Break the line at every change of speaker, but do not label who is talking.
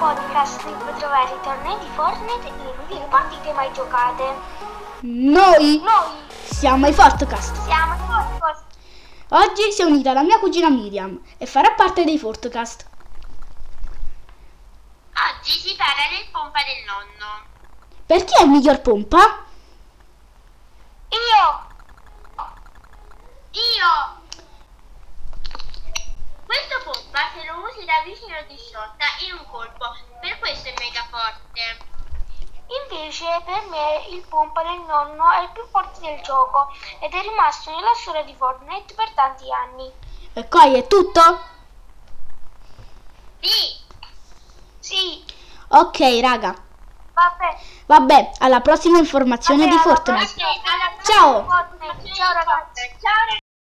podcast in cui trovare i tornei di Fortnite e le uniche partite mai giocate.
Noi
Noi
siamo i Fortcast.
siamo i podcast.
Oggi si è unita la mia cugina Miriam e farà parte dei Fortcast.
Oggi si parla del pompa del nonno.
Per chi è il miglior pompa?
Io! Io! Questo pompa se lo usi da vicino ti sciotta in un colpo, per questo è mega forte. Invece per me il pompa del nonno è il più forte del gioco ed è rimasto nella storia di Fortnite per tanti anni.
E poi è tutto?
Sì! Sì!
Ok, raga.
Vabbè!
Vabbè, alla prossima informazione di Fortnite.
Fortnite!
Ciao.
Ciao ragazzi! Ciao ragazzi!